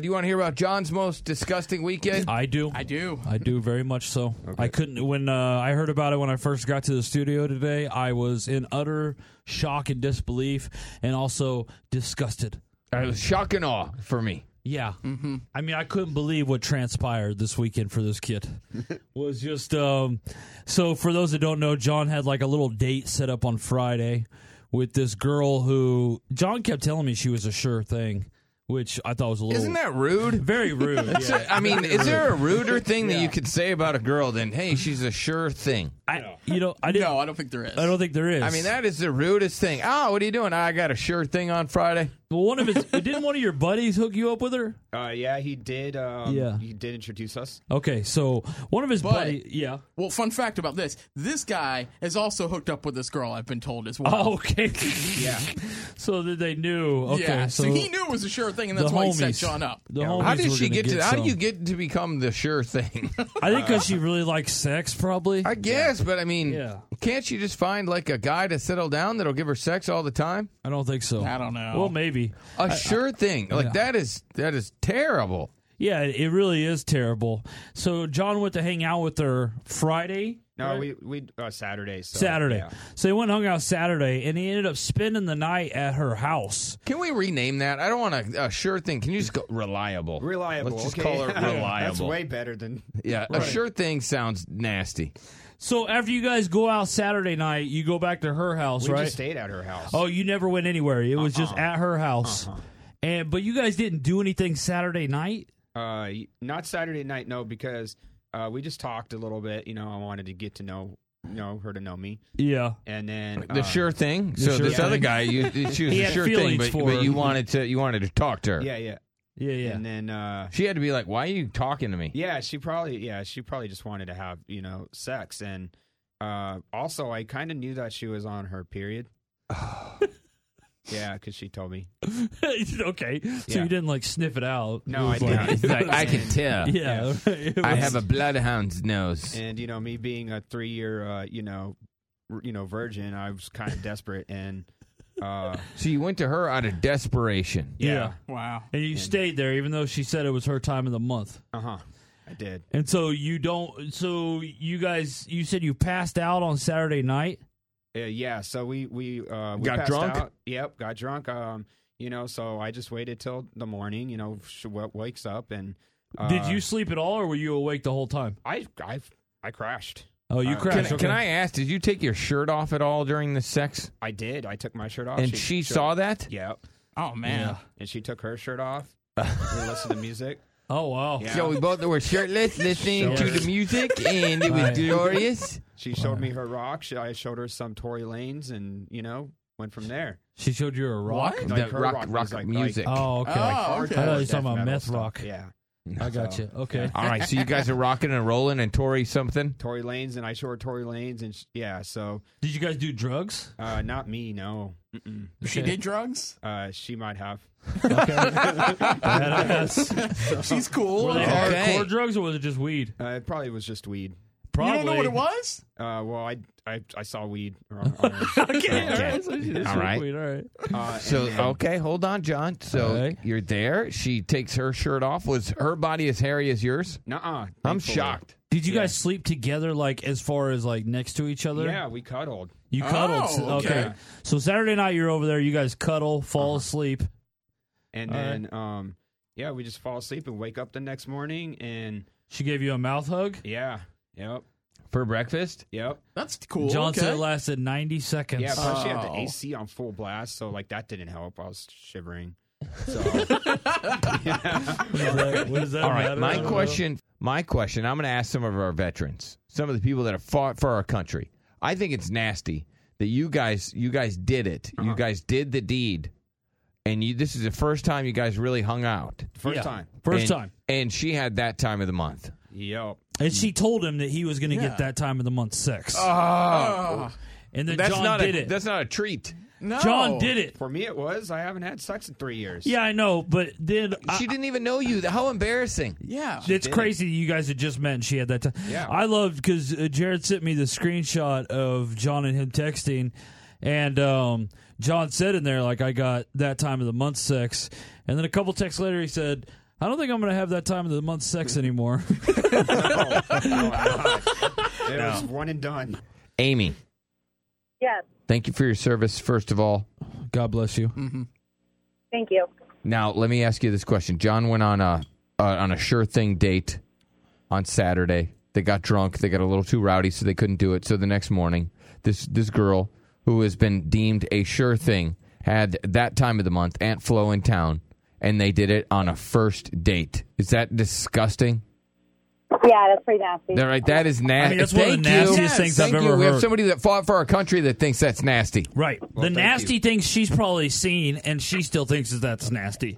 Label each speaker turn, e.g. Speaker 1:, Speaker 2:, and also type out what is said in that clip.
Speaker 1: Do you want to hear about John's most disgusting weekend?
Speaker 2: I do.
Speaker 1: I do.
Speaker 2: I do very much so. I couldn't when uh, I heard about it when I first got to the studio today. I was in utter shock and disbelief, and also disgusted.
Speaker 1: It was Uh, shock and awe for me.
Speaker 2: Yeah, I mean, I couldn't believe what transpired this weekend for this kid. was just um, so. For those that don't know, John had like a little date set up on Friday with this girl who John kept telling me she was a sure thing, which I thought was a little
Speaker 1: Isn't that rude?
Speaker 2: very rude.
Speaker 1: Is
Speaker 2: yeah.
Speaker 1: it- I mean, is there a ruder thing that you could say about a girl than "Hey, she's a sure thing"?
Speaker 2: I, you know, I didn't.
Speaker 3: No, I don't think there is.
Speaker 2: I don't think there is.
Speaker 1: I mean, that is the rudest thing. Oh, what are you doing? I got a sure thing on Friday.
Speaker 2: Well, one of his didn't one of your buddies hook you up with her?
Speaker 4: Uh, yeah, he did. Um,
Speaker 2: Yeah.
Speaker 4: he did introduce us.
Speaker 2: Okay, so one of his buddies, yeah.
Speaker 3: Well, fun fact about this: this guy is also hooked up with this girl. I've been told as well.
Speaker 2: Oh, okay,
Speaker 4: Yeah,
Speaker 2: so that they knew. Okay,
Speaker 3: yeah.
Speaker 2: so,
Speaker 3: So, he knew it was a sure thing, and
Speaker 2: the
Speaker 3: that's why he set
Speaker 2: homies,
Speaker 3: John up.
Speaker 2: The homies
Speaker 1: How did
Speaker 2: were
Speaker 1: she
Speaker 2: gonna
Speaker 1: get to? How do
Speaker 2: some.
Speaker 1: you get to become the sure thing?
Speaker 2: I think because she really likes sex, probably.
Speaker 1: I guess, but I mean,
Speaker 2: Yeah.
Speaker 1: can't she just find like a guy to settle down that'll give her sex all the time?
Speaker 2: I don't think so.
Speaker 3: I don't know.
Speaker 2: Well, maybe.
Speaker 1: A sure thing. Like that is that is terrible.
Speaker 2: Yeah, it it really is terrible. So John went to hang out with her Friday.
Speaker 4: no, we we uh, Saturday. So,
Speaker 2: Saturday.
Speaker 4: yeah.
Speaker 2: So they went and hung out Saturday, and he ended up spending the night at her house.
Speaker 1: Can we rename that? I don't want a, a sure thing. Can you just go reliable?
Speaker 4: Reliable.
Speaker 1: Let's just
Speaker 4: okay.
Speaker 1: call her
Speaker 4: Yeah,
Speaker 1: reliable.
Speaker 4: That's way better than.
Speaker 1: yeah, a sure thing sounds nasty.
Speaker 2: So after you guys go out Saturday night, you go back to her house,
Speaker 4: We
Speaker 2: right?
Speaker 4: just stayed at her house.
Speaker 2: Oh, you never went anywhere. It was just at her house. And but you guys didn't do anything Saturday night.
Speaker 4: Uh, y- not Saturday night, no, because uh, we just talked a little bit. You know, I wanted to get to know, you know, her to know me,
Speaker 2: Yeah.
Speaker 4: and then
Speaker 1: The
Speaker 4: uh,
Speaker 1: sure thing. So
Speaker 2: sure
Speaker 1: this other
Speaker 2: thing.
Speaker 1: guy, you, she was
Speaker 2: He
Speaker 1: a
Speaker 2: had
Speaker 1: sure thing,
Speaker 2: feelings
Speaker 1: but,
Speaker 2: for
Speaker 1: but
Speaker 2: her.
Speaker 1: you wanted to you wanted to talk to her.
Speaker 4: Yeah, yeah,
Speaker 2: Yeah, yeah.
Speaker 4: and then uh,
Speaker 1: She had to be like, "Why are you talking to me?"
Speaker 4: yeah, she probably, yeah, she probably just wanted to have you know sex, and uh, also I kind of knew that she was on her period. yeah, because she told me.
Speaker 2: okay. So
Speaker 4: Yeah.
Speaker 2: you didn't like sniff it out.
Speaker 4: No,
Speaker 2: It
Speaker 4: I
Speaker 2: was like-
Speaker 4: didn't.
Speaker 1: Like, I can tell.
Speaker 2: Yeah. It
Speaker 1: I
Speaker 2: was-
Speaker 1: have a bloodhound's nose.
Speaker 4: and you know me being a three year uh, you know r- you know virgin i was kind of desperate and uh
Speaker 1: So you went to her out of desperation.
Speaker 2: Yeah.
Speaker 3: Wow.
Speaker 2: And you stayed there even though she said it was her time of the month.
Speaker 4: uh-huh i did
Speaker 2: And so you don't so you guys you said you passed out on Saturday night?
Speaker 4: uh, yeah so we we uh we
Speaker 1: Got
Speaker 4: passed
Speaker 1: drunk?
Speaker 4: out. yep got drunk um you know so i just waited till the morning you know she w- wakes up and uh,
Speaker 2: Did you sleep at all or were you awake the whole time?
Speaker 4: i i i crashed
Speaker 2: Oh, you
Speaker 4: Uh,
Speaker 2: crashed.
Speaker 1: Can,
Speaker 2: okay.
Speaker 1: can I ask? Did you take your shirt off at all during the sex?
Speaker 4: i did i Oh, took my shirt off
Speaker 1: And she saw that.
Speaker 4: yep
Speaker 3: Oh man.
Speaker 4: and she took her shirt off we listened to music
Speaker 2: Oh, wow.
Speaker 4: yeah
Speaker 1: So we both were shirtless, listening to
Speaker 2: Shirtless.
Speaker 1: the music, and it was
Speaker 2: Right.
Speaker 1: glorious.
Speaker 4: she showed me her rock She- i showed her some tory lanes and you know went from there
Speaker 2: She showed you a rock?
Speaker 3: What?
Speaker 1: The
Speaker 4: Like her
Speaker 1: rock,
Speaker 4: rock
Speaker 1: rock
Speaker 4: was like-
Speaker 1: music.
Speaker 2: Oh, okay.
Speaker 3: Oh,
Speaker 4: Hardcore
Speaker 3: okay.
Speaker 2: thought
Speaker 3: I
Speaker 2: you were
Speaker 4: death
Speaker 2: talking about
Speaker 4: metal
Speaker 2: meth
Speaker 4: stuff.
Speaker 2: rock.
Speaker 4: Yeah.
Speaker 2: I got you. Okay.
Speaker 1: All right, so you guys are rocking and rolling and Tory something.
Speaker 4: Tory Lanes and I shore Tory Lanes and sh- yeah, so
Speaker 2: Did you guys do drugs?
Speaker 4: uh, not me, no. Mm-mm.
Speaker 3: She
Speaker 2: Okay.
Speaker 3: did drugs.
Speaker 4: Uh, she might have.
Speaker 2: Okay. Badass.
Speaker 3: She's cool.
Speaker 2: Were they
Speaker 3: You
Speaker 1: Okay.
Speaker 2: hardcore drugs or was it just weed?
Speaker 4: Uh, it probably was just weed.
Speaker 2: Probably.
Speaker 3: don't know what it was?
Speaker 4: Uh, well, I, I I saw weed. around- around.
Speaker 2: Okay. All right. So she did
Speaker 1: All
Speaker 2: smoke
Speaker 1: right.
Speaker 2: Weed, all right.
Speaker 4: uh,
Speaker 1: So
Speaker 4: and then-
Speaker 1: okay, hold on, John. So
Speaker 2: All right.
Speaker 1: you're there. She takes her shirt off. Was her body as hairy as yours?
Speaker 4: nuh-uh,
Speaker 1: I'm
Speaker 4: thankfully.
Speaker 1: shocked.
Speaker 2: Did you guys sleep together, like as far as like next to each other?
Speaker 4: Yeah, we cuddled.
Speaker 2: You cuddled.
Speaker 3: Oh,
Speaker 2: so- okay.
Speaker 3: okay.
Speaker 2: So Saturday night you're over there. You guys cuddle, fall asleep.
Speaker 4: And
Speaker 2: All right.
Speaker 4: then um yeah, we just fall asleep and wake up the next morning and
Speaker 2: She gave you a mouth hug.
Speaker 4: yeah. Yep.
Speaker 1: For breakfast?
Speaker 4: Yep.
Speaker 3: That's cool.
Speaker 2: John said it
Speaker 3: okay.
Speaker 2: lasted 90 seconds.
Speaker 4: Yeah, plus she had the
Speaker 3: Oh.
Speaker 4: AC on full blast, so like that didn't help. I was shivering.
Speaker 2: What does that- what does that
Speaker 1: All right. uh,
Speaker 2: matter? I
Speaker 1: My
Speaker 2: don't know.
Speaker 1: question my question, I'm gonna ask some of our veterans, some of the people that have fought for our country. I think it's nasty that you guys you guys did it. You guys did the deed. And you this is the first time you guys really hung out.
Speaker 4: First
Speaker 2: Yeah.
Speaker 4: time.
Speaker 2: First
Speaker 1: And-
Speaker 2: time.
Speaker 1: And she had that time of the month.
Speaker 4: Yep.
Speaker 2: And she told him that he was going to
Speaker 3: Yeah.
Speaker 2: get that time of the month sex.
Speaker 3: Ah,
Speaker 2: and then
Speaker 1: That's
Speaker 2: John
Speaker 1: not
Speaker 2: did
Speaker 1: a
Speaker 2: it.
Speaker 1: that's not a treat.
Speaker 3: no.
Speaker 2: "Oh, John did it.
Speaker 4: For me, it was. I haven't had sex in three years.
Speaker 2: Yeah, I know, but then I-
Speaker 1: She didn't even know you. How embarrassing.
Speaker 3: Yeah.
Speaker 2: it's crazy that you guys had just met and she had that time.
Speaker 4: Yeah.
Speaker 2: I loved because uh, Jared sent me the screenshot of John and him texting, and um, John said in there like I got that time of the month sex, and then a couple texts later he said I don't think I'm going to have that time of the month sex anymore.
Speaker 4: No, no, I'm not. It was one and done.
Speaker 1: Amy,
Speaker 5: Yes.
Speaker 1: thank you for your service, first of all.
Speaker 2: God bless you.
Speaker 5: Thank you.
Speaker 1: Now, let me ask you this question. John went on a uh, on a sure thing date on Saturday. They got drunk. They got a little too rowdy, so they couldn't do it. So the next morning, this this girl who has been deemed a sure thing had that time of the month Aunt Flo in town, and they did it on a first date. Is that disgusting?
Speaker 5: Yeah, that's pretty nasty.
Speaker 1: All right, that is nasty.
Speaker 2: I mean, that's one of the nastiest things
Speaker 1: Thank
Speaker 2: I've
Speaker 1: you.
Speaker 2: ever
Speaker 1: We have
Speaker 2: heard.
Speaker 1: somebody that fought for our country that thinks that's nasty.
Speaker 2: Right. the
Speaker 4: thank
Speaker 2: nasty
Speaker 4: you.
Speaker 2: things she's probably seen, and she still thinks that that's nasty.